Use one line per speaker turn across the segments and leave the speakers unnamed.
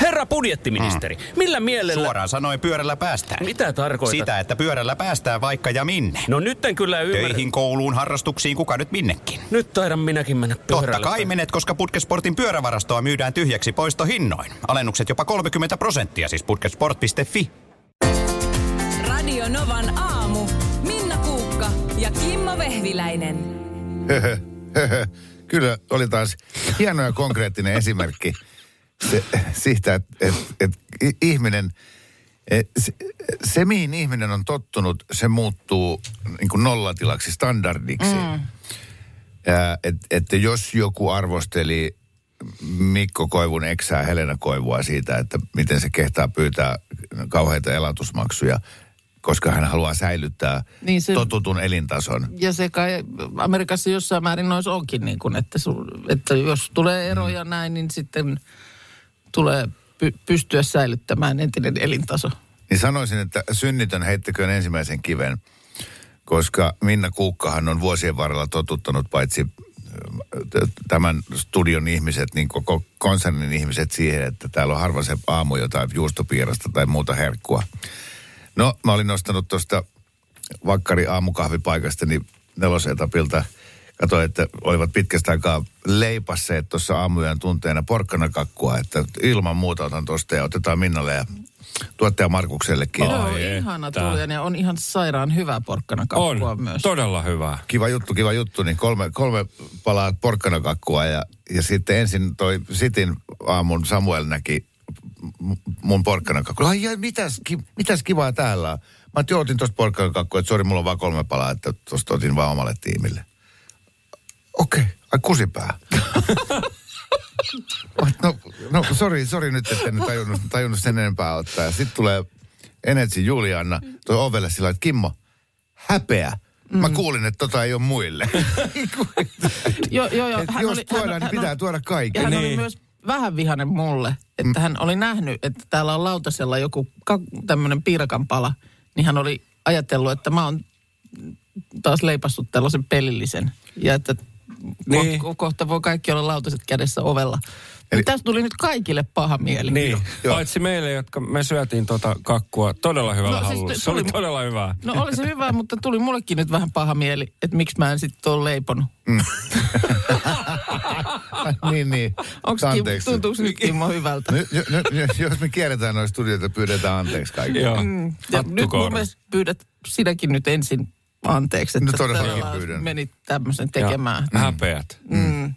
Herra budjettiministeri, mm. millä mielellä...
Suoraan sanoen pyörällä päästään.
Mitä tarkoitat?
Sitä, että pyörällä päästään vaikka ja minne.
No nyt en kyllä ymmärrä.
Töihin, kouluun, harrastuksiin, kuka nyt minnekin.
Nyt taidan minäkin mennä pyörällä.
Totta kai menet, koska Putkesportin pyörävarastoa myydään tyhjäksi poistohinnoin. Alennukset jopa 30 prosenttia, siis putkesport.fi.
Radio Novan aamu. Minna Kuukka ja Kimmo Vehviläinen.
Höhö, höhö. Kyllä oli taas hieno ja konkreettinen esimerkki se, siitä, että et, et, i- ihminen, et, se, se mihin ihminen on tottunut, se muuttuu niin kuin nollatilaksi, standardiksi. Mm. Että et jos joku arvosteli Mikko Koivun eksää Helena Koivua siitä, että miten se kehtaa pyytää kauheita elatusmaksuja, koska hän haluaa säilyttää niin
Niin
se...
se-
totutun elintason.
Ja se kai Amerikassa jossain määrin nois onkin niin kuin, että, sun, että jos tulee eroja
Mm.
näin, niin sitten tulee py, pystyä säilyttämään entinen elintaso.
Niin sanoisin, että synnitön heittäköön ensimmäisen kiven, koska Minna Kuukkahan on vuosien varrella totuttanut paitsi t- tämän studion ihmiset, niin koko konsernin ihmiset siihen, että täällä on harva se aamu jotain juustopiirasta tai muuta herkkua. No, mä olin nostanut tuosta vakkari aamukahvipaikasta, niin nelosetapilta katsoin, että olivat pitkästä aikaa leipasseet tuossa aamuyön tunteena porkkanakakkua, että ilman muuta otan tuosta ja otetaan Minnalle ja tuottaja Markuksellekin.
Joo,
Oh.
on ihana tulijan ja on ihan sairaan hyvä porkkana
On,
kakkua myös.
todella hyvä.
Kiva juttu, kiva juttu, niin kolme, kolme palaa porkkanakakkua ja, ja sitten ensin toi Sitin aamun Samuel näki m- mun porkkanakakkua. Ai, ai mitäs, ki, mitäs kivaa täällä on? Mä oon, että joo, otin tosta porkkanakakkua, että sori, mulla on vaan kolme palaa, että tosta otin vaan omalle tiimille. Okei, okay. ai kusipää. Mä oon, no, no sori, sori nyt, että en tajunnut, tajunnut sen enempää ottaa. Sitten tulee Energy Juliana toi ovelle sillä lailla, että Kimmo, häpeä.
Mm.
Mä kuulin, että tota ei ole muille.
Joo, joo, joo.
Et jos tuodaan, niin pitää tuoda
Ja
kaikille.
hän
Niin.
niin. oli myös vähän vihainen mulle, että mm. hän oli nähnyt, että täällä on lautasella joku kak- tämmöinen piirakan pala, niin hän oli ajatellut, että mä oon taas leipassut tällaisen pelillisen ja että
Niin.
niin. ko- kohta voi kaikki olla lautaset kädessä ovella.
Eli-
Eli... Tästä tuli nyt kaikille paha mieli.
Niin,
Joo.
paitsi meille, jotka me syötiin tota kakkua todella hyvällä
No,
no,
siis
halulla.
t-
se oli
tuli-
todella hyvää.
No oli se hyvä, mutta tuli mullekin nyt vähän paha mieli, että miksi mä en sitten ole leiponut.
niin, niin.
Onks Kim,
anteeksi.
tuntuuko nyt Kimmo hyvältä?
Nyt- jo- nyt- jo- jos me kierretään noista studioita, pyydetään anteeksi kaikille.
Joo.
Mm. Ja
Hattu
nyt mun
kourassa.
mielestä pyydät sinäkin nyt ensin anteeksi, että
No todellakin
todella
pyydän.
menit tämmöisen
Ja
tekemään.
Häpeät.
Mm.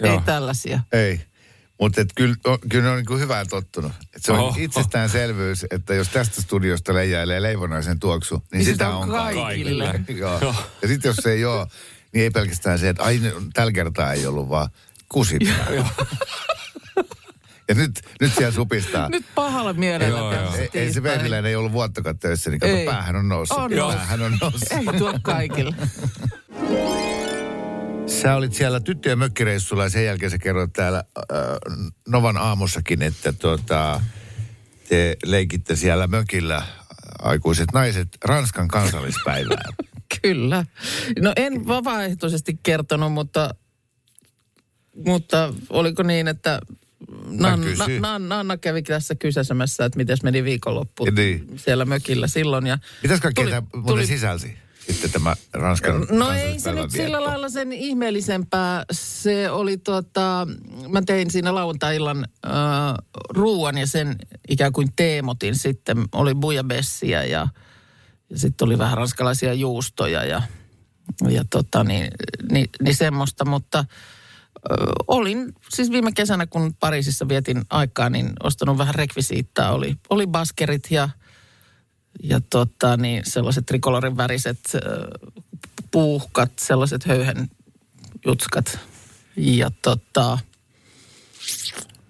Ei
Joo.
tällaisia.
Ei. Mutta kyllä, on- kyllä ne on niin hyvään tottunut. Et se on
Oho.
Oho. itsestäänselvyys, että jos tästä studiosta leijailee leivonaisen tuoksu, niin, niin
Niin
sitä on kaikille.
kaikille.
kaikille.
Joo.
Joo.
Ja sitten jos se ei ole, niin ei pelkästään se, että ai, ne- tällä kertaa ei ollut, vaan kusipää. ja nyt, nyt siellä supistaa.
Nyt pahalla mielellä
Joo,
tässä
ei, ei se
tiistaina.
Vehviläinen ei ollut vuottakaan töissä, niin kato,
Ei.
päähän on noussut.
On
Joo.
päähän on noussut.
Ei tuo kaikille.
Sä olit siellä tyttöjen mökkireissulla ja sen jälkeen sä kerroit täällä äh, Novan aamussakin, että tuota, te leikitte siellä mökillä äh, aikuiset naiset Ranskan kansallispäivää.
Kyllä. No en vapaaehtoisesti kertonut, mutta, mutta oliko niin, että Nan,
kysyn.
na, na, Nanna kävi tässä kysäsemässä, että miten meni viikonloppu
Niin.
siellä mökillä silloin. Ja
Mitäs kaikkea
Tuli-
tämä muuten
tuli-
sisälsi? Sitten tämä Ranskan
No ei se
kansallispäivän
nyt
vietto.
sillä lailla sen ihmeellisempää. Se oli tota, mä tein siinä lauantai-illan äh, ruuan ja sen ikään kuin teemotin sitten. Oli bujabessia ja, ja sitten oli vähän ranskalaisia juustoja ja, ja tota niin, niin, niin semmoista, mutta ö, olin siis viime kesänä, kun Pariisissa vietin aikaa, niin ostanut vähän rekvisiittaa. Oli, oli baskerit ja, ja tota, niin sellaiset trikolorin väriset ö, puuhkat, sellaiset höyhen jutskat. Ja tota,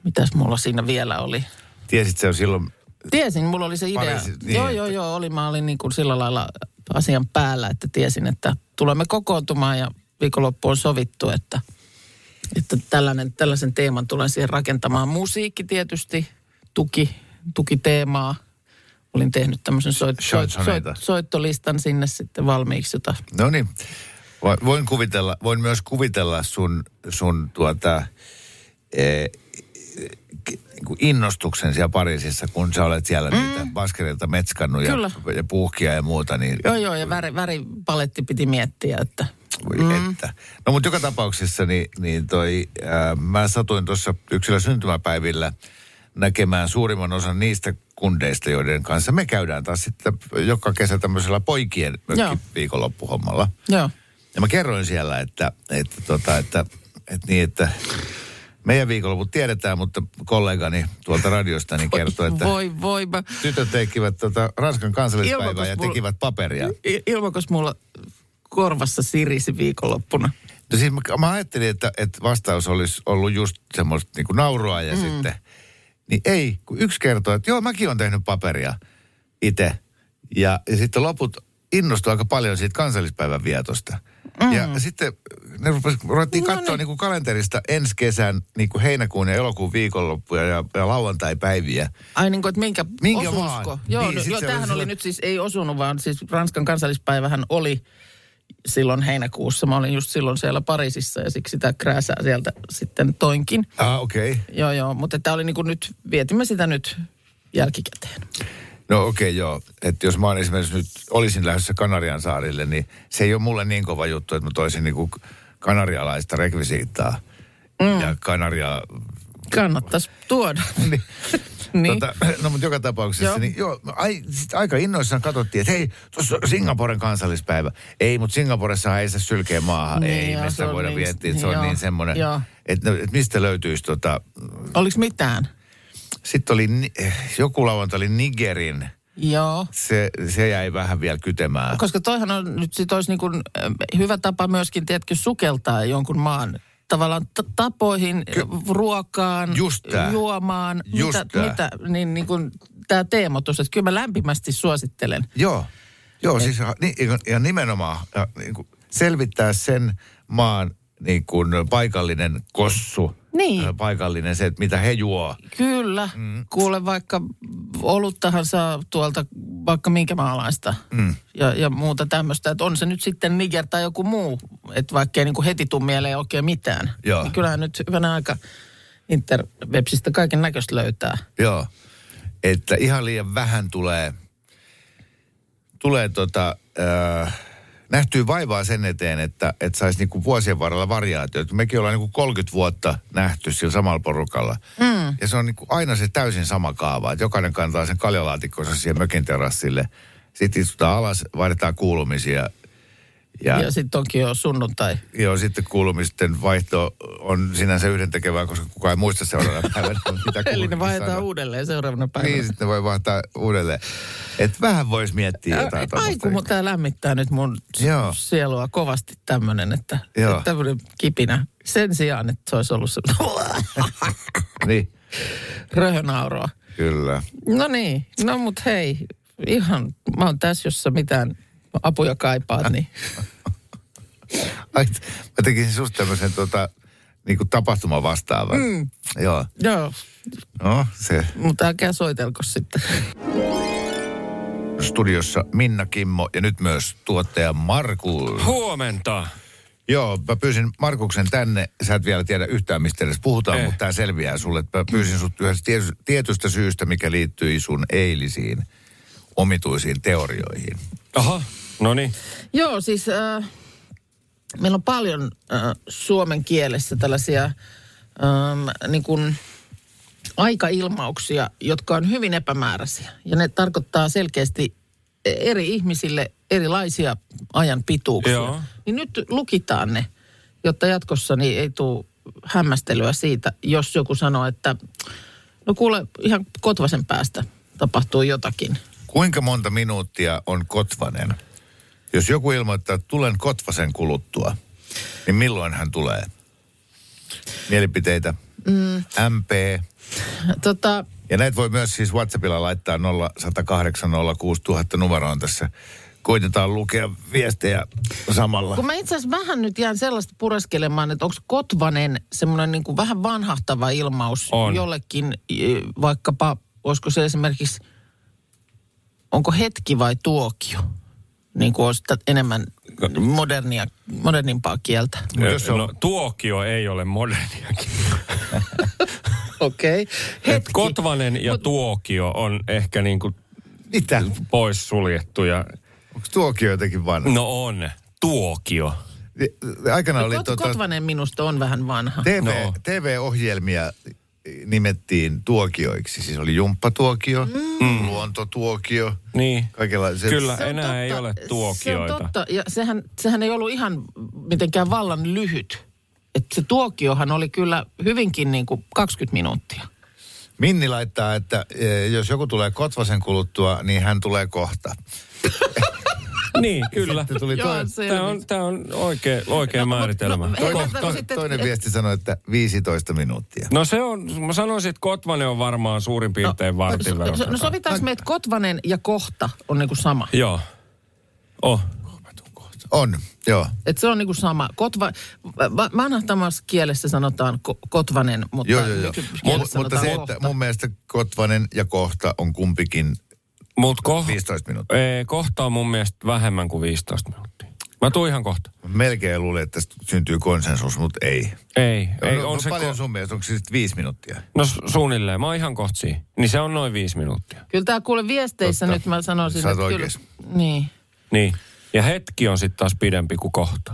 mitäs mulla siinä vielä oli?
Tiesit se on silloin,
Tiesin, mulla oli se idea.
Pariisi- niin,
niin, joo,
että-
joo, joo, oli. Mä olin niin kuin sillä lailla asian päällä, että tiesin, että tulemme kokoontumaan ja viikonloppu on sovittu, että, että tällainen, tällaisen teeman tulen siihen rakentamaan. Musiikki tietysti tuki, tuki teemaa. Olin tehnyt tämmöisen soit, soit, soit,
Chansoneita.
soittolistan sinne sitten valmiiksi, jota
no niin, Va- voin, kuvitella, voin myös kuvitella sun, sun tuota, eh, k- e, niinku innostuksen siellä Pariisissa, kun sä olet siellä mm. niitä baskereilta metskannut ja,
Kyllä.
ja puuhkia ja muuta, niin
Joo, joo, ja väri, väripaletti piti miettiä, että...
voi
Mm.
että. No mutta joka tapauksessa, niin, niin toi, ää, mä satuin tuossa yksillä syntymäpäivillä näkemään suurimman osan niistä kundeista, joiden kanssa me käydään taas sitten joka kesä tämmöisellä poikien
Joo.
viikonloppuhommalla.
Joo.
Ja mä kerroin siellä, että, että, tota, että, että, niin, että meidän viikonloput tiedetään, mutta kollegani tuolta radiosta niin kertoi, että
Voi, voi. Mä...
tytöt tekivät tota Ranskan kansallispäivää ja
Ilmakos mulla-
tekivät paperia.
I- Ilmakos mulla korvassa sirisi viikonloppuna.
No siis mä, mä ajattelin, että, että vastaus olisi ollut just semmoista niin naurua ja mm. sitten... Niin ei, kun yksi kertoo, että joo, mäkin olen tehnyt paperia itse. Ja, ja sitten loput innostui aika paljon siitä kansallispäivän vietosta. Mm. Ja sitten ne rupes, ruvettiin no katsoa niin. kuin kalenterista ensi kesän niin kuin heinäkuun ja elokuun viikonloppuja ja, ja lauantai-päiviä.
Ai niin kuin, että minkä,
Minkä
osuusko?
vaan.
Joo,
Niin,
niin,
sit
joo
se
tämähän
oli
oli,
sillä-
nyt siis, ei osunut, vaan siis Ranskan kansallispäivähän oli silloin heinäkuussa. Mä olin just silloin siellä Pariisissa ja siksi sitä krääsää sieltä sitten toinkin.
Ah, okei. Okay.
Joo, joo, mutta tämä oli niin kuin nyt, vietimme sitä nyt jälkikäteen.
No okei, okay, joo. Että jos mä oon esimerkiksi nyt, olisin lähdössä Kanarian saarille, niin se ei ole mulle niin kova juttu, että mä toisin niinku kanarialaista rekvisiittaa mm. ja kanaria...
Kannattaisi tuoda.
Niin.
Niin.
no mutta joka tapauksessa, joo.
Joo.
niin joo, ai, sit aika innoissaan katsottiin, että hei, tuossa on Singaporen kansallispäivä. Ei, mutta Singaporessa ei se sylkeä maahan.
Niin,
ei,
joo,
me
se
sitä
on
voida
niin-
viettiä, että se on
joo,
niin semmoinen,
joo.
että et mistä löytyisi tota...
Oliko mitään?
Sitten oli, ni- joku lauantai oli Nigerin,
Joo.
se, se jäi vähän vielä kytemään.
Koska toihan on nyt sit olisi niin kuin, äh, hyvä tapa myöskin, tiedätkö, sukeltaa jonkun maan tavallaan t- tapoihin, Ky- ruokaan,
Just tää.
juomaan,
Just
mitä,
tää.
mitä, niin, niin kuin tämä teemotus, että kyllä mä lämpimästi suosittelen.
Joo, joo siis ni, ja nimenomaan ja, niin kuin selvittää sen maan niin kuin paikallinen kossu,
Niin.
ö, paikallinen se, että mitä he juo.
Kyllä, mm. kuule vaikka oluttahan saa tuolta vaikka minkä maalaista mm. ja, ja muuta tämmöistä, että on se nyt sitten Niger tai joku muu, että vaikka ei niin kuin heti tuu mieleen oikein mitään,
Joo.
niin kyllähän nyt hyvänä aika interwebsistä kaiken näköistä löytää.
Joo, että ihan liian vähän tulee, tulee tota, äh, nähtyy vaivaa sen eteen, että et saisi niinku vuosien varrella variaatioita. Mekin ollaan niinku 30 vuotta nähty sillä samalla porukalla. Mm. Ja se on niinku aina se täysin sama kaava, että jokainen kantaa sen kaljalaatikkonsa siihen mökin terassille. Sitten istutaan alas, vaihdetaan kuulumisia. Ja,
Ja, ja sitten onkin jo sunnuntai.
Joo, sitten kuulumisten vaihto on sinänsä yhdentekevää, koska kukaan ei muista seuraavana päivänä, mitä
Eli
kuuluminen
ne vaihdetaan
sanoo.
uudelleen seuraavana päivänä.
Niin, sitten voi vaihtaa uudelleen. Et vähän voisi miettiä jotain
Ai
tuommoista.
kun mun tää lämmittää nyt mun s-
Joo.
sielua kovasti tämmönen, että,
Joo.
että tämmönen kipinä. Sen sijaan, että se olisi ollut se
Niin,
röhönauroa.
kyllä.
No niin, no mut hei, ihan, mä oon tässä, jossa mitään apuja kaipaat, niin
Ai, mä tekisin susta tämmöisen tota, niinku tapahtuma vastaavan. Mm. Joo,
joo,
no se.
mutta älkää soitelko sitten.
Studiossa Minna Kimmo ja nyt myös tuottaja Markus.
Huomenta.
Joo, mä pyysin Markuksen tänne. Sä et vielä tiedä yhtään, mistä edes puhutaan,
Eh.
mutta tämä selviää sulle. Mä pyysin sut yhdestä tiety- tietystä syystä, mikä liittyy sun eilisiin omituisiin teorioihin.
Aha, no niin.
Joo, siis äh, meillä on paljon äh, suomen kielessä tällaisia ähm, niin kuin aikailmauksia, jotka on hyvin epämääräisiä. Ja ne tarkoittaa selkeästi eri ihmisille erilaisia ajan pituuksia.
Joo.
Niin nyt lukitaan ne, jotta jatkossa niin ei tule hämmästelyä siitä, jos joku sanoo, että no kuule, ihan kotvasen päästä tapahtuu jotakin.
Kuinka monta minuuttia on Kotvanen? Jos joku ilmoittaa, että tulen Kotvasen kuluttua, niin milloin hän tulee? Mielipiteitä? Mm. MP.
Tota,
Ja näitä voi myös siis WhatsAppilla laittaa 0806000 numeroon tässä. Koitetaan lukea viestejä samalla.
Kun mä itse asiassa vähän nyt jään sellaista pureskelemaan, että onko Kotvanen semmoinen niin kuin vähän vanhahtava ilmaus
On.
jollekin, eh, vaikkapa, olisiko se esimerkiksi, onko hetki vai tuokio? Niin kuin olisi tä- enemmän modernia, modernimpaa kieltä.
no.
Mut jos se on-
No, tuokio ei ole moderniakin.
Okei. Hetki.
Kotvanen ja Tuokio on ehkä niin kuin
Mitä?
pois suljettuja.
Onko tuokio jotenkin
Mm.
vanha?
No on. Tuokio.
Aikana oli
Kot-
tota,
Kotvanen minusta on vähän vanha.
TV,
No.
TV-ohjelmia nimettiin tuokioiksi. Siis oli jumppatuokio, mm. luontotuokio,
Niin.
kaikenlaiset.
Kyllä,
Se on
enää ei ole
Se on
tuokioita.
totta. Ja sehän, sehän ei ollut ihan mitenkään vallan lyhyt. Et se tuokiohan oli kyllä hyvinkin niin kuin 20 minuuttia.
Minni laittaa, että eh, jos joku tulee Kotvasen kuluttua, niin hän tulee kohta.
Niin, kyllä.
Sitten tuli
Joo,
toi,
selvisi.
Tämä on, tämä on oikea, oikea no, määritelmä.
no,
toinen,
Hei,
to,
sitten,
toinen
et-
viesti sanoi, että 15 minuuttia.
No se on, mä sanoisin, että Kotvanen on varmaan suurin piirtein no, vartin
no,
verran.
so- no sovitaanko me, että Kotvanen ja kohta on niin kuin sama?
Joo. Oh.
On, joo.
Et se on niinku sama. Kotva, va, vanhahtamassa kielessä sanotaan ko, kotvanen, mutta
Joo, joo, joo.
Mut,
Mut, mutta se, että mun mielestä Kotvanen ja kohta on kumpikin
Mut ko-
15 no, minuuttia.
Ee, kohta on mun mielestä vähemmän kuin 15 minuuttia. Mä tuun ihan kohta.
Melkein luulin, että tästä syntyy konsensus, mutta ei.
Ei,
Joo,
ei
no,
on
no
se
paljon
ko-
sun mielestä, onko se sitten viisi minuuttia?
No su- suunnilleen, mä oon ihan kohta siinä. Niin se on noin viisi minuuttia.
Kyllä tää kuule viesteissä
Totta.
nyt mä sanoisin,
Sä oot
että kyllä.
oikees.
Niin.
Niin. Ja hetki on sitten taas pidempi kuin kohta.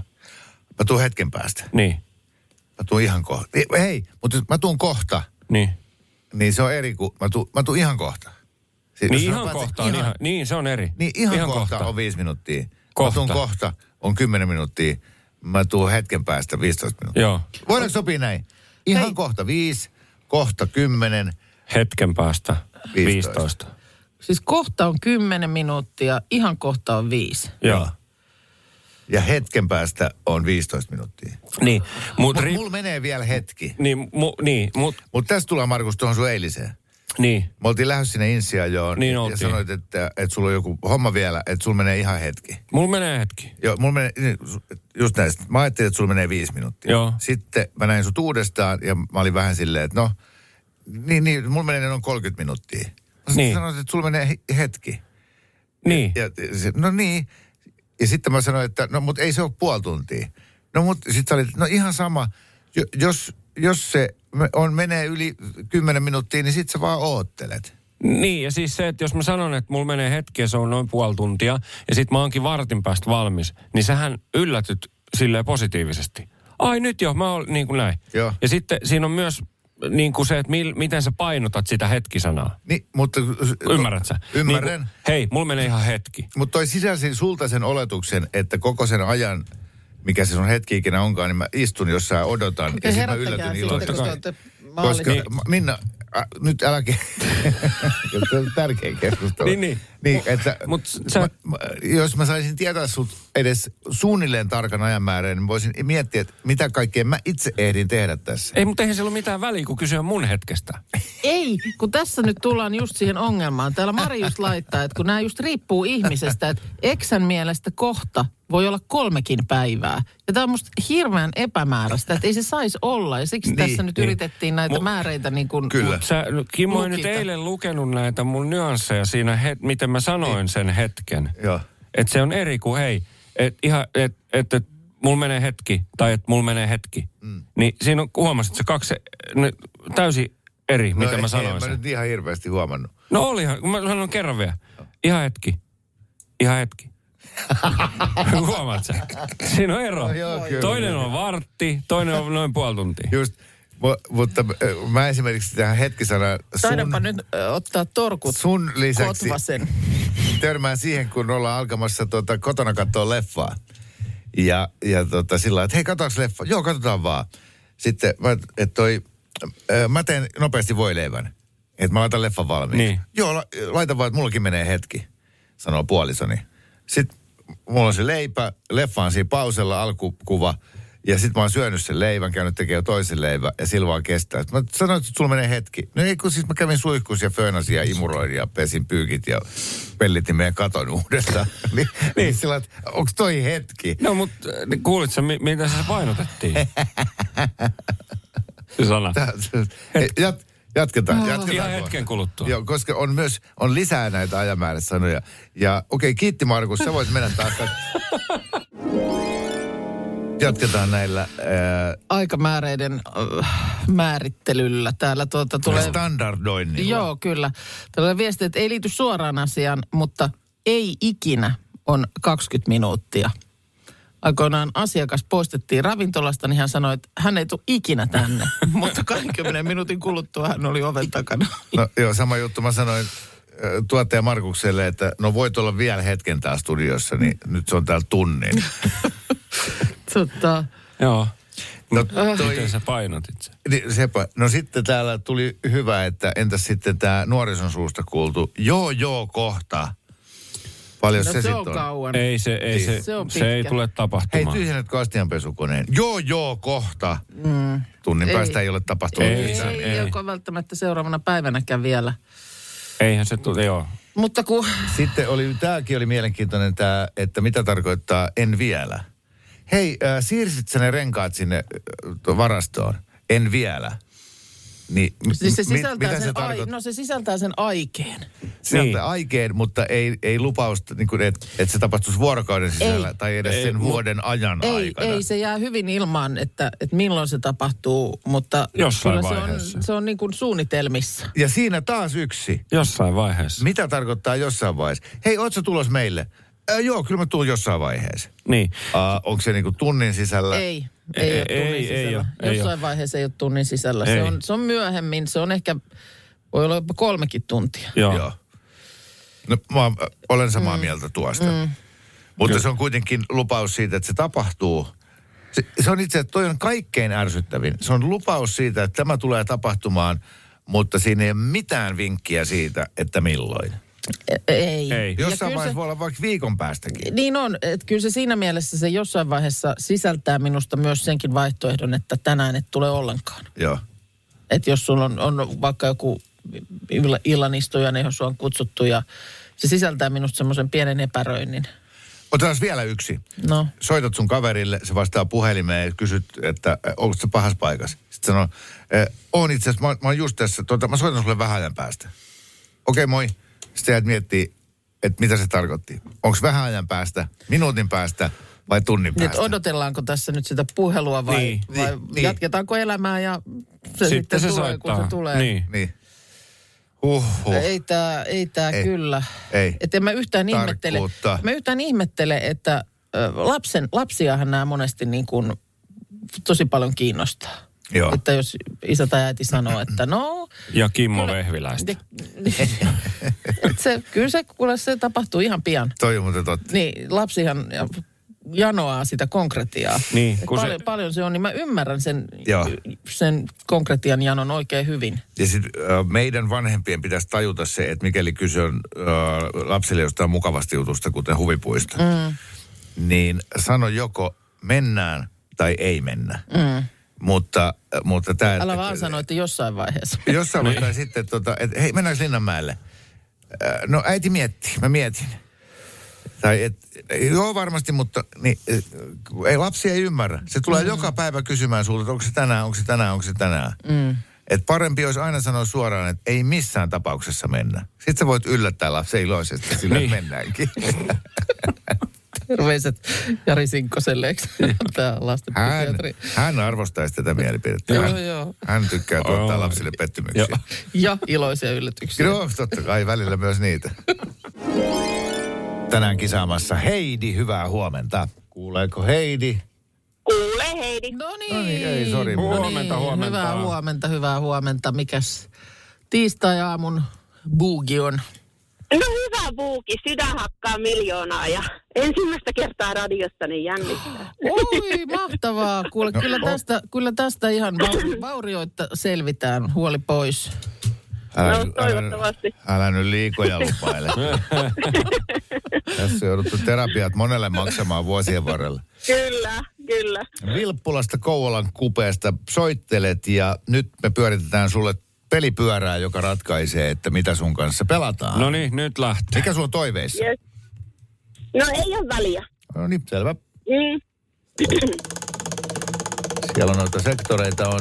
Mä tuun hetken päästä.
Niin,
Mä tuun ihan kohta. Ei, Hei, mutta jos mä tuun kohta,
niin.
niin se on eri kuin, mä tuun, mä tuun ihan kohta. Siis
Niin
jos mä
ihan
pääsen-
kohta on ihan, niin se on eri.
Niin ihan, ihan kohta, kohta on viisi minuuttia. Kohta.
Kohta.
Mä tuun kohta on kymmenen minuuttia. Mä tuun hetken päästä 15 minuuttia.
Joo,
Voidaanko sopia näin? Ihan Hei. kohta viisi, kohta kymmenen.
hetken päästä
15.
15.
Siis kohta on 10 minuuttia, ihan kohta on viisi.
Joo.
Ja hetken päästä on 15 minuuttia.
Niin, mut,
Mutta
ri-
mulla menee vielä hetki.
niin, mu, niin, mut,
Mutta tässä tullaan Markus tuohon sun eiliseen.
niin,
Me oltiin lähdössä sinne Insiajoon
Niin
ja
oltiin.
sanoit, että, että sulla on joku homma vielä, että sulla menee ihan hetki.
mulla menee hetki.
Joo, mulla menee, niin, su- just näistä. Mä ajattelin, että sulla menee viisi minuuttia.
Joo.
Sitten mä näin sut uudestaan ja mä olin vähän silleen, että no, niin, niin mulla menee noin 30 minuuttia. Mä sit
Niin.
sanoin, että sulla menee he- hetki.
Niin,
Ja, se, no niin. Ja sitten mä sanoin, että no mut ei se ole puoli tuntia. No mut sit sä olit, no ihan sama. Jo, jos, jos se me- on, menee yli 10 minuuttia, niin sit sä vaan oottelet.
Niin, ja siis se, että jos mä sanon, että mulla menee hetki ja se on noin puoli tuntia, ja sit mä oonkin vartin päästä valmis, niin sähän yllätyt silleen positiivisesti. Ai nyt jo, mä oon niin kuin näin.
Joo.
Ja sitten siinä on myös niin kuin se, että mil, miten sä painotat sitä hetkisanaa.
Niin, mutta...
Ymmärrät sä?
Ymmärrän.
Niin kuin, hei, mulla menee ihan hetki.
Mutta toi sisälsi sulta sen oletuksen, että koko sen ajan, mikä se sun hetki ikinä onkaan, niin mä istun jossain ja odotan. Ja sitten mä
herättäkää
yllätyn
sitten,
iloisesti.
kun te olette maalissa.
Koska, niin. Minna, äh, nyt älä ke... Se on tärkeä keskustelu.
Niin, niin.
niin että,
mut sä-
mä, mä, jos mä saisin tietää sut edes suunnilleen tarkan ajanmäärän, niin voisin miettiä, että mitä kaikkea mä itse ehdin tehdä tässä.
Ei, mutta eihän sillä ole mitään väliä, kun kysyä mun hetkestä.
Ei, kun tässä nyt tullaan just siihen ongelmaan. Täällä Marius laittaa, että kun nämä just riippuu ihmisestä, että Eksän mielestä kohta voi olla kolmekin päivää. Ja tämä on musta hirveän epämääräistä, että ei se saisi olla. Ja siksi
Niin,
niin, tässä nyt
niin.
niin. yritettiin näitä määreitä niin kuin...
Kyllä.
Sä, Kimmo ei nyt
Lukita.
eilen lukenut näitä mun nyansseja siinä, het, miten mä sanoin sen hetken.
Niin. Joo.
Että se on eri kuin hei, että ihan, et, et, et, mulla menee hetki tai että mulla menee hetki. Mm. Niin siinä on, huomasit se kaksi ne, täysin eri, no mitä
ei-
mä sanoin
en
sen.
mä nyt ihan hirveästi huomannut.
No olihan, kun mä sanon kerran vielä. Ihan hetki. Ihan hetki. Huomaat sä? Siinä on ero. No
joo, kyllä.
toinen on vartti, toinen on noin puoli tuntia.
Just, mu- mutta äh, mä esimerkiksi tähän hetkisanaan
Taidanpa
sun,
nyt ö, ottaa torkut
sun lisäksi...
Kotvasen.
törmään siihen, kun ollaan alkamassa tuota, kotona katsoa leffaa. Ja, ja tota, sillä lailla, että hei, katsotaanko leffa? Joo, katsotaan vaan. Sitten mä, et toi, ö, mä teen nopeasti voileivän. Että mä laitan leffan valmiin.
Niin.
Joo, la, laita vaan, että mullakin menee hetki, sanoo puolisoni. Sitten mulla on se leipä, leffa on siinä pausella, alkukuva. Ja sitten mä oon syönyt sen leivän, käynyt tekemään toisen leivän ja sillä vaan kestää. Sit Mä sanoin, että sulla menee hetki. No ei kun siis mä kävin suihkus ja föönasin ja imuroin ja pesin pyykit ja pellitimme ja katon uudestaan. niin, niin. sillä että onko toi hetki?
No mutta kuulit sä, mi- mitä se painotettiin? Se sana.
Ei, Jat, jatketaan, jatketaan.
Ihan
kohta.
hetken kuluttua.
Joo, koska on myös, on lisää näitä ajamääräsanoja. Ja okei, okay, kiitti Markus, sä voit mennä taas. Jatketaan näillä äh,
Aikamääreiden äh, määrittelyllä täällä tuota
äh,
tulee...
standardoinnilla.
Joo, kyllä. Tällainen viesti, että ei liity suoraan asiaan, mutta ei ikinä on 20 minuuttia. Aikoinaan asiakas poistettiin ravintolasta, niin hän sanoi, että hän ei tule ikinä tänne. Mutta 20 minuutin kuluttua hän oli oven takana.
No, joo, sama juttu. Mä sanoin äh, tuottaja Markukselle, että no voit olla vielä hetken täällä studiossa, niin nyt se on täällä tunnin.
Tota,
Joo.
No,
Ah.
toi,
Miten sä painotit sen?
Niin, sepä. No sitten täällä tuli hyvä, että entäs sitten tämä nuorison suusta kuultu joo joo kohta. Paljon
no
se,
se,
sitten
on kauan.
Ei se, ei se,
Se
se,
on
se ei
pitkä.
tule
Hei,
tapahtumaan.
tyhjennät kastianpesukoneen. Joo joo kohta. Mm. Tunnin
Ei.
ei. päästä ei ole tapahtunut
Ei.
Ei,
yhtään.
ei,
ei.
ei. joko välttämättä seuraavana päivänäkään vielä.
Eihän se tule, joo.
Mutta kun
Sitten oli, tämäkin oli mielenkiintoinen tämä, että mitä tarkoittaa en vielä. Hei, äh, siirsit sä ne renkaat sinne äh, tuon varastoon? En vielä. Niin, m-
siis se
mit-
sisältää,
mitä
sen,
se
ai,
tarkoittaa?
no se sisältää sen aikeen.
sisältää
Niin.
niin. aikeen, mutta ei, ei lupausta, niin kuin, että, että se tapahtuisi vuorokauden sisällä
Ei.
ei, tai edes ei, sen vuoden ajan
Ei,
aikana.
ei, se jää hyvin ilmaan, että, että milloin se tapahtuu, mutta
Jossain
kyllä se
vaiheessa.
on, se on niin kuin suunnitelmissa.
Ja siinä taas yksi.
Jossain vaiheessa.
Mitä tarkoittaa jossain vaiheessa? Hei, ootko sä tulos meille? Ää, joo, kyllä mä tuun jossain vaiheessa.
Niin.
Ää, onko se niinku tunnin sisällä?
Ei, ei,
Ei,
ole tunnin
ei,
sisällä.
ei ole, ei
Jossain
ole.
vaiheessa ei ole tunnin sisällä.
Ei.
Se on, se on myöhemmin, se on ehkä, voi olla jopa kolmekin tuntia.
Joo.
Joo. No, mä oon- äh, olen samaa mm. mieltä tuosta. Mm. Mutta
Kyllä.
se on kuitenkin lupaus siitä, että se tapahtuu. Se, se on itse asiassa, toi on kaikkein ärsyttävin. Se on lupaus siitä, että tämä tulee tapahtumaan, mutta siinä ei ole mitään vinkkiä siitä, että milloin.
E- Ei.
Ei.
Ja
Jossain
kyllä
vaiheessa
se-
voi olla vaikka viikon päästäkin.
Niin on, että kyllä se siinä mielessä se jossain vaiheessa sisältää minusta myös senkin vaihtoehdon, että tänään et tule ollenkaan.
Joo.
Että jos sulla on, on vaikka joku illa- illanistuja, johon sua on kutsuttu ja se sisältää minusta semmoisen pienen epäröinnin.
Otetaan vielä yksi.
No,
Soitat sun kaverille, se vastaa puhelimeen ja kysyt, että äh, onko se pahassa paikassa. Sitten sanoo, äh, on itse asiassa, mä, oon- mä oon just tässä, tuota, mä soitan sulle vähän ajan päästä. Okei, moi. Sitten jäät miettii, että mitä se tarkoitti. Onko vähän ajan päästä, minuutin päästä vai tunnin
nyt
päästä?
odotellaanko tässä nyt sitä puhelua vai,
Niin,
vai
niin, niin.
jatketaanko elämää ja se sitten,
Sitten se
tulee, kun
soittaa.
se tulee.
Niin.
Niin. Huh, huh.
Ei tämä, ei tää
Ei.
kyllä.
Ei.
Et en mä yhtään ihmettele,
Tarkkuutta.
mä yhtään ihmettele, että ö, lapsen, lapsiahan nämä monesti niin kuin tosi paljon kiinnostaa.
Joo.
Että jos isä tai äiti sanoo, että no,
Ja Kimmo Vehviläistä.
et se, kyllä se, kuule, se tapahtuu ihan pian.
Toi on muuten totta.
Niin, lapsihan ja- janoaa sitä konkretiaa.
Niin,
Et
kun se-
paljon, se... paljon se on, niin mä ymmärrän sen,
Joo.
sen konkretian janon oikein hyvin.
Ja sit, äh, meidän vanhempien pitäisi tajuta se, että mikäli kyse on äh, lapsille jostain mukavasta jutusta, kuten huvipuista, mm. niin sano joko mennään tai ei mennä. Mm. Mutta, äh, mutta tämä...
Älä vaan sano, että jossain vaiheessa.
Jossain vaiheessa sitten, tota, että hei, mennäänkö Linnanmäelle? Äh, no äiti miettii, mä mietin. Tai et, joo varmasti, mutta niin, et, ei lapsi ei ymmärrä. Se tulee mm. joka päivä kysymään sulta, että onko se tänään, onko se tänään, onko se tänään. Mm. Et parempi olisi aina sanoa suoraan, että ei missään tapauksessa mennä. Sitten sä voit yllättää lapsen iloisesti, sillä niin. mennäänkin.
Terveiset Jari Sinkkoselle, eikö tämä
Hän,
lastenpsykiatri?
hän arvostaisi tätä mielipidettä.
Joo,
Hän,
joo.
hän tykkää tuottaa
Joo.
lapsille pettymyksiä.
Joo.
Ja iloisia yllätyksiä.
Joo, totta kai välillä myös niitä. Tänään kisaamassa Heidi, hyvää huomenta. Kuuleeko Heidi?
Kuule Heidi.
No
No niin,
niin.
ei, sori.
No
Huomenta,
niin,
huomenta.
Hyvää huomenta, hyvää huomenta. Mikäs tiistai-aamun buugi on?
No hyvä buuki, sydän hakkaa miljoonaa ja ensimmäistä kertaa radiossa niin jännittää.
Oi, mahtavaa. Kuule,
No,
kyllä,
o-
tästä, kyllä tästä ihan vau- vaurioitta selvitään. Huoli pois.
No, toivottavasti.
Älä, älä nyt liikoja lupaile. Tässä on jouduttu terapiat monelle maksamaan vuosien varrella.
Kyllä, kyllä.
Vilppulasta Kouvolan kupeesta soittelet ja nyt me pyöritetään sulle pelipyörää, joka ratkaisee, että mitä sun kanssa pelataan.
No niin, nyt lähtee.
Mikä sulla on toiveissa?
Yes. No ei ole väliä.
No niin, selvä.
Mm.
Siellä on noita sektoreita on.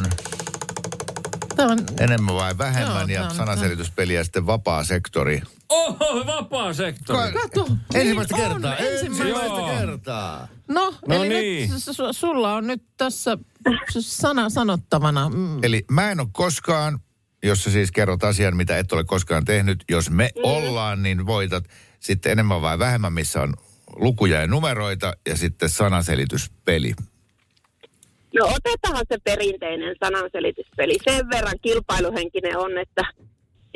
Tämä on
Enemmän vai vähemmän
Joo,
ja
tää on-
sanaselityspeli ja sitten vapaa sektori.
Oho, vapaa sektori.
Kato,
Ensimmäistä
niin on,
kertaa.
ensimmäistä.
Ensimmäistä
Joo.
kertaa.
No,
No
eli
niin.
nyt su- su- sulla on nyt tässä s- sana sanottavana. Mm,
Eli mä en ole koskaan, jos sä siis kerrot asian, mitä et ole koskaan tehnyt, jos me
Mm.
ollaan, niin voitat sitten enemmän vai vähemmän, missä on lukuja ja numeroita ja sitten sanaselityspeli.
No otetaan se perinteinen sananselityspeli. Sen verran kilpailuhenkinen on, että...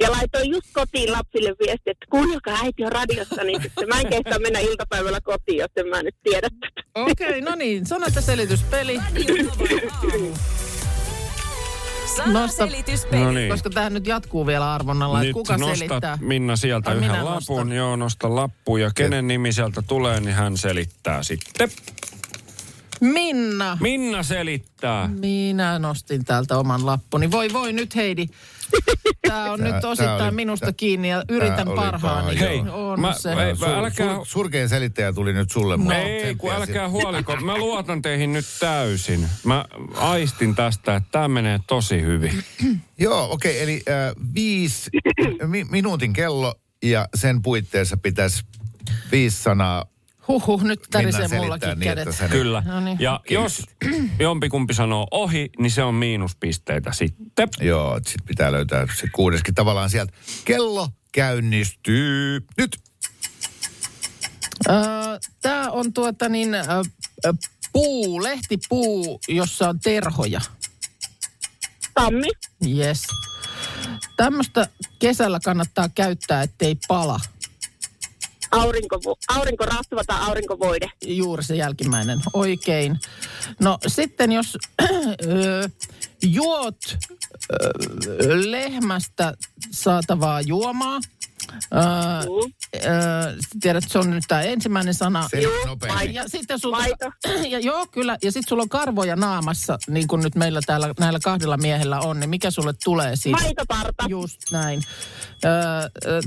Ja laitoin just kotiin lapsille viesti, että kuunnelkaa äiti on radiossa, niin sitten mä en kehtaa mennä iltapäivällä kotiin, jos en mä nyt tiedä.
Okei, okay, no niin, sanota selityspeli.
Niin.
Radionovan aamu.
Nosta-
Sanaselityspeli.
No niin.
Koska tähän nyt jatkuu vielä arvonnalla, että
Nyt
kuka
nostat
selittää.
Minna sieltä
Ai,
yhden
minä
lapun.
nostan.
Joo, nosta lappu ja kenen nimi sieltä tulee, niin hän selittää sitten.
Minna.
Minna selittää.
Minä nostin täältä oman lappuni. Voi voi nyt Heidi. Tämä on
Tää-
nyt
tää
osittain
oli-
minusta
tää-
kiinni ja
tää
yritän
oli
parhaani.
paha, Hei,
joo.
on
mä-
se.
ei,
Sur,
älkää-
sur, surkein selittäjä tuli nyt sulle.
No,
mulla on
ei, kun
tsemppiä
älkää huoliko. Mä luotan teihin nyt täysin. Mä aistin tästä, että tämä menee tosi hyvin.
Joo, okei, okay, eli äh, viisi mi- minuutin kello ja sen puitteissa pitäisi viisi sanaa
Huhhuh, nyt tärisee
Minna selittää
mullakin
niin,
kädet.
että sä nyt-
Kyllä.
No niin.
Ja jos jompikumpi sanoo ohi, niin se on miinuspisteitä sitten.
Joo, sit pitää löytää se kuudeskin tavallaan sieltä. Kello käynnistyy nyt.
Tämä on tuota niin, ö, ö, puu, lehtipuu, jossa on terhoja.
Tammi,
Yes. Tämmöistä kesällä kannattaa käyttää, ettei pala.
aurinko, aurinkorasva tai aurinkovoide.
Juuri se jälkimmäinen. Oikein. No sitten jos ö, juot ö, lehmästä saatavaa juomaa, ö,
Juu.
ö, tiedät, se on nyt tämä ensimmäinen sana.
Se nopeasti.
Ja sitten sulla,
Maito.
ja joo, kyllä. Ja sitten sulla on karvoja naamassa, niin kuin nyt meillä täällä näillä kahdella miehellä on, niin mikä sulle tulee siitä?
Maitoparta.
Just näin. Öö,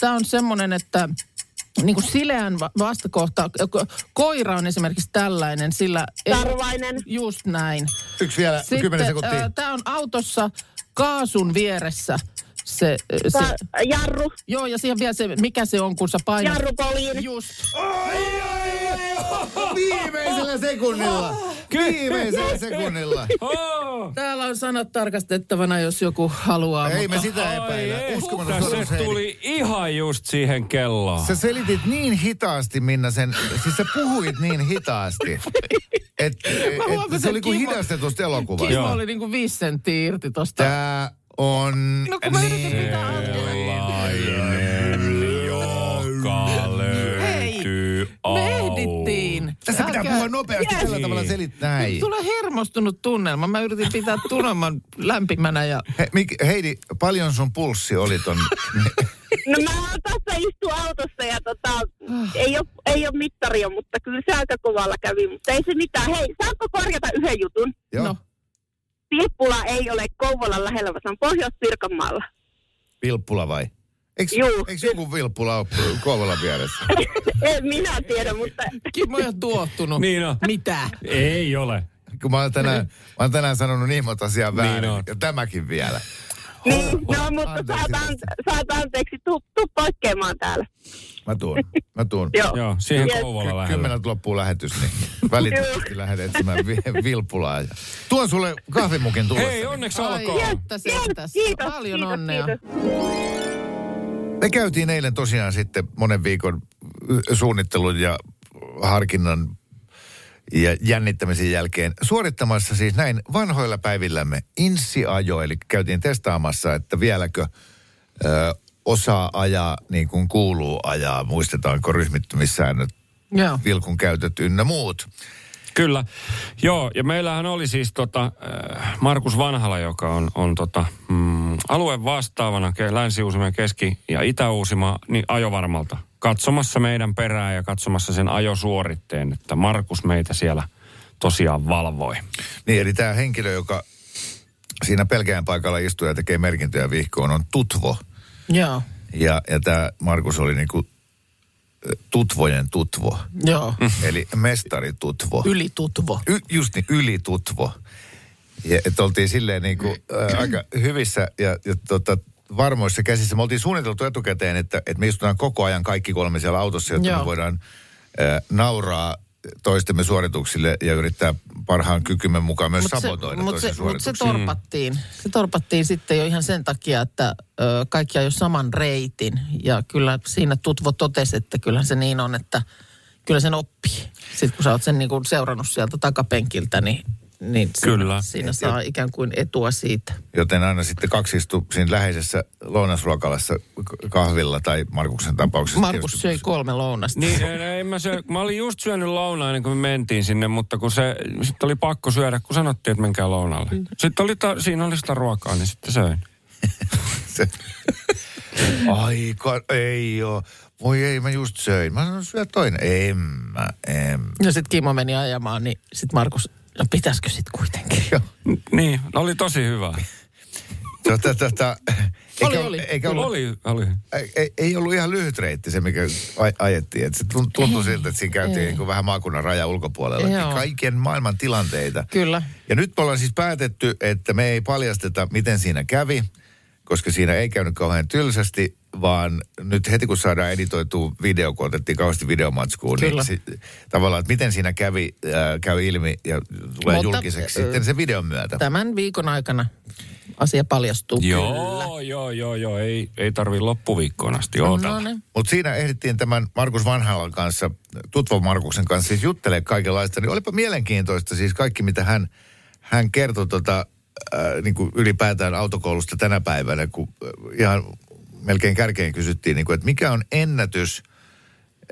Tämä on semmoinen, että niin kuin sileän va- vastakohta, ko- koira on esimerkiksi tällainen, sillä... ei-
Tarvainen.
Just näin.
Yksi vielä, Sitten, kymmenen sekuntia.
tämä on autossa kaasun vieressä se, ö, se
Ta- jarru.
Joo, ja siihen vielä se, mikä se on, kun sä painat...
Jarrupoliin.
Just.
Viimeisellä sekunnilla. Viimeisellä sekunnilla.
Oh!
Täällä on sanat tarkastettavana, jos joku haluaa.
Ei
mutta...
me sitä epäillä.
Ai ei,
Uskomaton suoritus,
se
Heidi.
tuli ihan just siihen kelloon.
Sä selitit niin hitaasti, Minna, sen, siis sä puhuit niin hitaasti, että et, se
huomasin,
oli kuin
Kimmo-
hidastetusta elokuvasta.
Kimmo
Joo.
oli niinku viisi senttiä irti tosta.
Tää on... niin.
No kun mä yritin
Niin.
pitää
Sellainen, joka löytyy
Me
au.
ehdittiin.
Tässä pitää
Älkää- Niin.
puhua nopeasti, tällä tavalla selittää. Näin.
Tulee hermostunut tunnelma. Mä yritin pitää tunnelman lämpimänä ja...
He, Mik, Heidi, paljon sun pulssi oli ton...
No mä oon tässä istu autossa ja tota,
Ah.
ei ole, ei ole mittaria, mutta kyllä se aika kovalla kävi. Mutta ei se mitään. Hei, saanko korjata yhden jutun?
Joo,
No.
Pilppula ei ole Kouvolan lähellä, vaan se on Pohjois-Pirkanmaalla.
Vilppula vai? Eikö,
Juu.
eikö joku Vilppula ole Kouvolan vieressä?
en minä tiedä, mutta
Kimmo on tuottunut.
Niin on.
Mitä?
Ei ole.
Kun mä oon tänään, mä oon tänään sanonut niin monta asiaa väärin.
Niin on.
ja tämäkin vielä.
niin, no, mutta
Anteeksi
saat, ante- saat anteeksi, tuu, tuu poikkeamaan täällä.
Mä tuun. Mä tuun.
Joo.
Joo, siihen
Yes.
Kouvola lähellä.
Kymmeneltä loppuu lähetys, niin välittömästi lähdet etsimään vi- Vilpulaa. Ja... Tuon sulle kahvimukin niin tullessa.
Hei, onneksi
Ai,
olkoon.
että se
Kiitos,
tässä.
kiitos,
Paljon
kiitos,
onnea.
kiitos.
Me käytiin eilen tosiaan sitten monen viikon y- suunnittelun ja harkinnan ja jännittämisen jälkeen suorittamassa siis näin vanhoilla päivillämme insiajo, eli käytiin testaamassa, että vieläkö ö, osaa ajaa niin kuin kuuluu ajaa, muistetaanko ryhmittymissäännöt,
Joo.
vilkun käytöt ynnä muut.
Kyllä. Joo, ja meillähän oli siis tota, äh, Markus Vanhala, joka on, on tota, mm, alueen vastaavana ke- Länsi-Uusimaa, Keski- ja Itä-Uusimaa, niin ajovarmalta katsomassa meidän perää ja katsomassa sen ajosuoritteen, että Markus meitä siellä tosiaan valvoi.
Niin, eli tämä henkilö, joka siinä pelkään paikalla istuu ja tekee merkintöjä vihkoon, on tutvo.
Joo.
Ja, ja tämä Markus oli niinku ö, tutvojen tutvo.
Joo.
Mm.
Eli mestaritutvo.
Ylitutvo.
Y, just niin, ylitutvo. Ja, et oltiin silleen niin kuin, ää, aika hyvissä ja, ja tota, varmoissa käsissä. Me oltiin suunniteltu etukäteen, että, että me istutaan koko ajan kaikki kolme siellä autossa, jotta Joo. me
Joo.
voidaan ää, nauraa toistemme suorituksille ja yrittää parhaan kykymme mukaan myös
Mut se-
sabotoida
mut
toisen Mm.
se, mut se
suorituksia.
torpattiin. Se torpattiin sitten jo ihan sen takia, että ö, kaikki ajoi saman reitin. Ja kyllä siinä Tutvo totesi, että kyllähän se niin on, että kyllä sen oppii. Sitten kun sä oot sen niinku seurannut sieltä takapenkiltä, niin, niin
Kyllä.
Siinä, siinä saa ikään kuin etua siitä.
Joten aina sitten kaksi istu siinä läheisessä lounasruokalassa k- kahvilla tai Markuksen tapauksessa.
Markus
tietysti-
söi kolme lounasta.
Niin, en, en mä, syö, mä olin just syönyt lounaa ennen kuin me mentiin sinne, mutta kun se, sitten oli pakko syödä, kun sanottiin, että menkää lounalle. Sitten oli ta, siinä oli sitä ruokaa, niin sitten söin.
Se- Ai, kar- ei oo. Voi ei, mä just söin. Mä sanoin, syö toinen. En mä, en mä.
No sitten Kimmo meni ajamaan, niin sitten Markus, no pitäisikö sitten kuitenkin?
N- Niin, no oli tosi hyvä.
Tota, tota,
Oli,
eikä,
oli.
Eikä ollut,
Oli, oli.
ei- Ei, ei ollut ihan lyhyt reitti se, mikä aj- ajettiin. Et se tun- tuntui siltä, että siinä käytiin niin kuin vähän maakunnan raja ulkopuolella.
Joo.
Kaiken maailman tilanteita.
Kyllä.
Ja nyt me ollaan siis päätetty, että me ei paljasteta, miten siinä kävi, koska siinä ei käynyt kauhean tylsästi, vaan nyt heti kun saadaan editoitua video, kun otettiin kauheasti videomatskuun,
Kyllä.
niin si- tavallaan, että miten siinä kävi, äh, käy ilmi ja tulee
Mutta,
julkiseksi
äh,
sitten sen videon myötä.
Tämän viikon aikana asia paljastuu.
Joo, joo, joo, joo. Ei, ei tarvi loppuviikkoon asti
No
ootella.
niin.
Mutta siinä ehdittiin tämän Markus Vanhalan kanssa, Tutvo Markuksen kanssa siis juttelee kaikenlaista. Niin olipa mielenkiintoista siis kaikki, mitä hän, hän kertoi tota, äh, niin kuin ylipäätään autokoulusta tänä päivänä, kun äh, ihan melkein kärkeen kysyttiin, niin kuin, että mikä on ennätys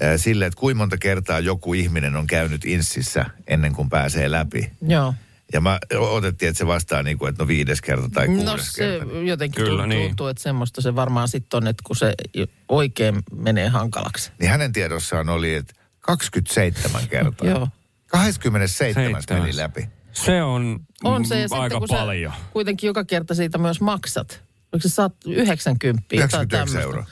äh, sille, että kuinka monta kertaa joku ihminen on käynyt insissä ennen kuin pääsee läpi.
Joo.
Ja mä otettiin, että se vastaa niin kuin, että no viides kerta tai kuudes
No se
kerta.
jotenkin
Kyllä,
Kyllä, tuntuu,
niin.
tuntuu, että semmoista se varmaan sitten on, että kun se oikein menee hankalaksi.
Niin hänen tiedossaan oli, että 27 kertaa.
Joo.
27. meni
Seitsemäs.
läpi.
Se on,
On se, ja
mm,
sitten
aika
kun
paljon.
sä kuitenkin joka kerta siitä myös maksat. Oliko se saat 90 tai
99
tämmöistä?
euroa.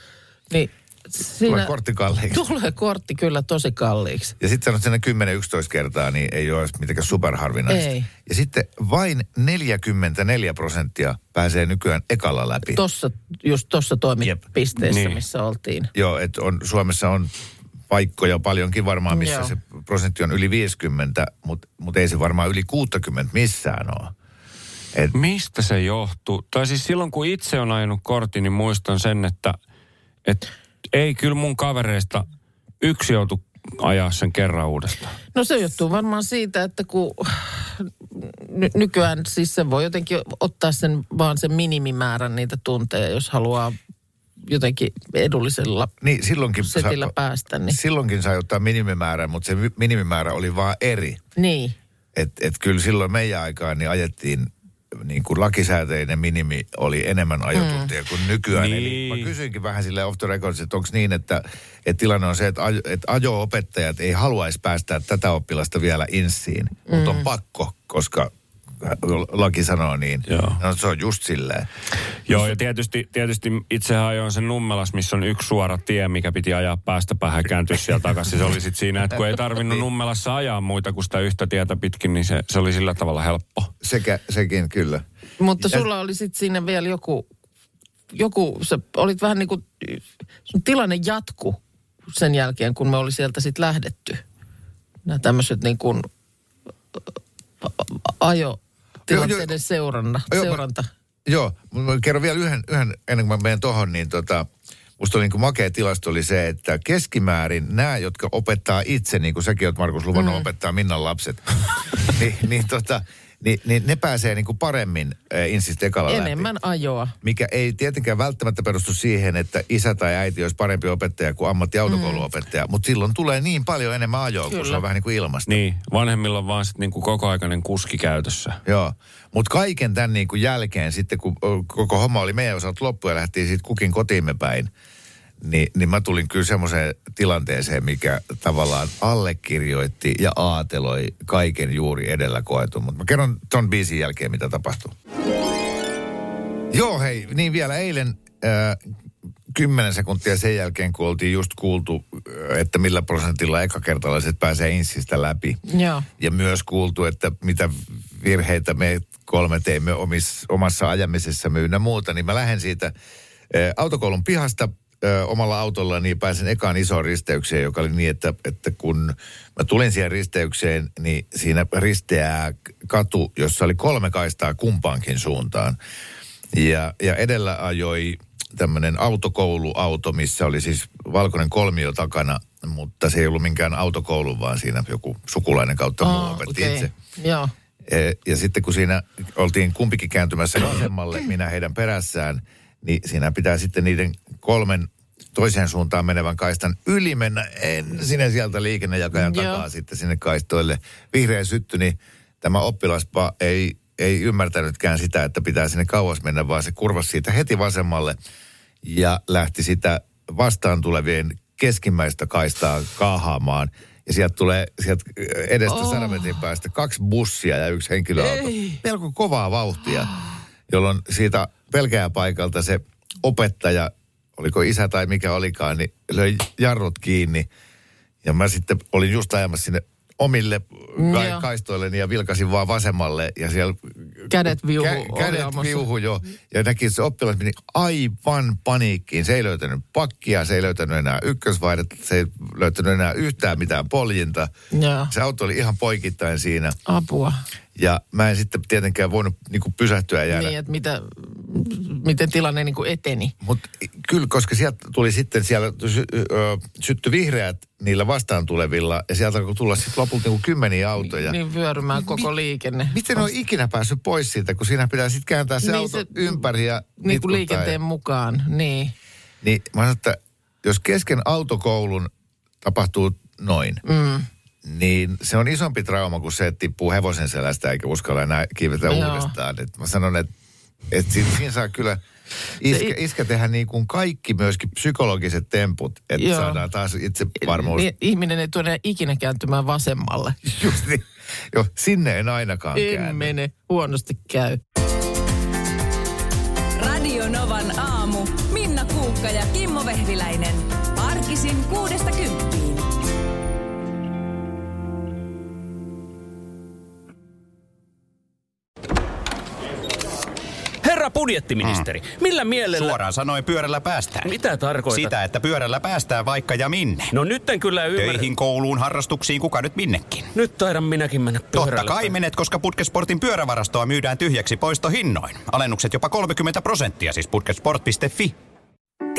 Niin
Tulee
siinä
kortti kalliiksi.
tulee kortti kyllä tosi kalliiksi.
Ja sitten sanot sinne 10-11 kertaa, niin ei ole mitenkään superharvinaista.
Ei.
Ja sitten vain 44 prosenttia pääsee nykyään ekalla läpi.
Tossa, just tuossa toimipisteessä,
Niin.
niin. missä oltiin.
Joo, että on, Suomessa on paikkoja paljonkin varmaan, missä Joo.
Joo.
se prosentti on yli 50, mutta mut ei se varmaan yli 60 missään ole. Et,
Mistä se johtuu? Tai siis silloin, kun itse on ajanut kortin, niin muistan sen, että, että ei kyllä mun kavereista yksi joutu ajaa sen kerran uudestaan.
No se johtuu varmaan siitä, että kun ny- nykyään siis sen voi jotenkin ottaa sen vaan sen minimimäärän niitä tunteja, jos haluaa jotenkin edullisella
niin silloinkin
setillä päästä. Niin,
silloinkin sai ottaa minimimäärän, mutta se mi- minimimäärä oli vaan eri.
niin.
Et, et kyllä silloin meidän aikaan niin ajettiin niin kuin lakisääteinen minimi oli enemmän ajotuntia mm. kuin nykyään. Eli
Niin.
mä kysyinkin vähän sille off the records, että onko niin, että, että tilanne on se, että, ajo, että ajo-opettajat ei haluaisi päästää tätä oppilasta vielä insiin, mm. mutta on pakko, koska laki sanoo niin.
Joo.
No, se on just silleen.
Joo, ja tietysti, tietysti itse ajoin sen Nummelas, missä on yksi suora tie, mikä piti ajaa päästä päähän kääntyä sieltä takaisin. Se oli sitten siinä, että kun ei tarvinnut Niin. Nummelassa ajaa muita kuin sitä yhtä tietä pitkin, niin se, se oli sillä tavalla helppo.
Sekä, sekin kyllä.
Mutta sulla oli sitten siinä vielä joku, joku, sä olit vähän niin kuin, sun tilanne jatku sen jälkeen, kun me oli sieltä sitten lähdetty. Nämä tämmöiset niin kuin ajo
Joo, joo.
tilanteiden seuranta.
Joo, mä-
seuranta.
Joo, mut mä kerron vielä yhden, yhden ennen kuin mä menen tohon, niin tota, musta oli niin kuin makea tilasto oli se, että keskimäärin nämä, jotka opettaa itse, niin kuin säkin oot Markus luvannut mm. opettaa Minnan lapset, niin, niin, tota, niin, niin ne pääsee niin kuin paremmin äh, insist ekalla läpi.
Enemmän ajoa.
Mikä ei tietenkään välttämättä perustu siihen, että isä tai äiti olisi parempi opettaja kuin ammattiautokouluopettaja, mm. mutta silloin tulee niin paljon enemmän ajoa, kun se on
Kyllä.
vähän niin kuin ilmasta.
Niin, vanhemmilla on vaan sitten niinku kokoaikainen kuski käytössä.
Joo, mutta kaiken tämän niin kuin jälkeen sitten, kun ö, koko homma oli meidän osalta loppu ja lähtiin sitten kukin kotiimme päin, niin, niin mä tulin kyllä semmoiseen tilanteeseen, mikä tavallaan allekirjoitti ja aateloi kaiken juuri edellä koetun. Mutta mä kerron ton biisin jälkeen, mitä tapahtui. Joo, hei, niin vielä eilen äh, 10 sekuntia sen jälkeen, kun oltiin just kuultu, että millä prosentilla ekakertalaiset pääsee insistä läpi.
Joo.
Ja myös kuultu, että mitä virheitä me kolme teimme omis, omassa ajamisessamme ynnä muuta, niin mä lähden siitä ö, autokoulun pihasta ö, omalla autolla, niin pääsen ekaan isoon risteykseen, joka oli niin, että, että kun mä tulin siihen risteykseen, niin siinä risteää katu, jossa oli kolme kaistaa kumpaankin suuntaan. Ja, ja edellä ajoi tämmöinen autokouluauto, missä oli siis valkoinen kolmio takana, mutta se ei ollut minkään autokoulu, vaan siinä joku sukulainen kautta muu
Aa,
opetti
okei.
itse.
Joo.
E, Ja sitten kun siinä oltiin kumpikin kääntymässä vasemmalle, minä heidän perässään, niin siinä pitää sitten niiden kolmen toiseen suuntaan menevän kaistan yli mennä ensin ja sieltä liikennejakajan
Joo.
takaa sitten sinne kaistoille. Vihreä sytty, niin tämä oppilaspa ei, ei ymmärtänytkään sitä, että pitää sinne kauas mennä, vaan se kurvasi siitä heti vasemmalle ja lähti sitä vastaan tulevien keskimmäistä kaistaa kaahaamaan. Ja sieltä tulee sieltä edestä oh. sadan metrin päästä kaksi bussia ja yksi henkilöauto.
Ei.
Melko kovaa vauhtia, jolloin siitä pelkää paikalta se opettaja, oliko isä tai mikä olikaan, niin löi jarrut kiinni. Ja mä sitten olin just ajamassa sinne omille ka-
Mm, Joo.
kaistoilleni ja vilkasin vaan vasemmalle ja siellä
Kädet viuhu
kädet
ohjaamossa.
viuhu jo. Ja näki se oppilas meni aivan paniikkiin. Se ei löytänyt pakkia, se ei löytänyt enää ykkösvaihdetta, se ei löytänyt enää yhtään mitään poljinta.
Joo.
Se auto oli ihan poikittain siinä
Apua.
ja mä en sitten tietenkään voinut niin kuin pysähtyä ja jäädä
Niin, että mitä, miten tilanne niin kuin eteni.
Mutta kyllä, koska sieltä tuli sitten, siellä sy- ö, sytty vihreät niillä vastaan tulevilla, ja sieltä alkoi tulla sitten lopulta niinku kymmeniä autoja. Niin,
Niin vyörymään koko liikenne.
Miten ne on ikinä päässyt pois siitä, kun siinä pitää sitten kääntää se
Niin
niin auto
se-
se, ympäri ja
Niin kuin
nitkuttaa
liikenteen mukaan, niin.
Ja, niin mä sanoin, että jos kesken autokoulun tapahtuu noin, mm. niin se on isompi trauma kuin se, että tippuu hevosen selästä eikä uskalla enää kiivetä
Joo.
uudestaan. Et mä sanon, että et siinä, siinä saa kyllä iskä, iskä tehdä niin kuin kaikki myöskin psykologiset temput, että
Joo.
saadaan taas itsevarmuus.
Niin, ihminen ei tule enää ikinä kääntymään vasemmalle.
Just niin. Joo, sinne en ainakaan
En
käänny.
mene, huonosti käy.
Radio Novan aamu. Minna Kuukka ja Kimmo Vehviläinen. Arkisin kuudesta kymppiin.
Herra budjettiministeri, millä mielellä...
Suoraan sanoen pyörällä päästään.
Mitä tarkoitat?
Sitä, että pyörällä päästään vaikka ja minne.
No nyt en kyllä ymmärrä.
Töihin, kouluun, harrastuksiin, kuka nyt minnekin.
Nyt taidan minäkin mennä pyörällä.
Totta kai menet, koska Putkesportin pyörävarastoa myydään tyhjäksi poistohinnoin. Alennukset jopa 30 prosenttia, siis putkesport.fi.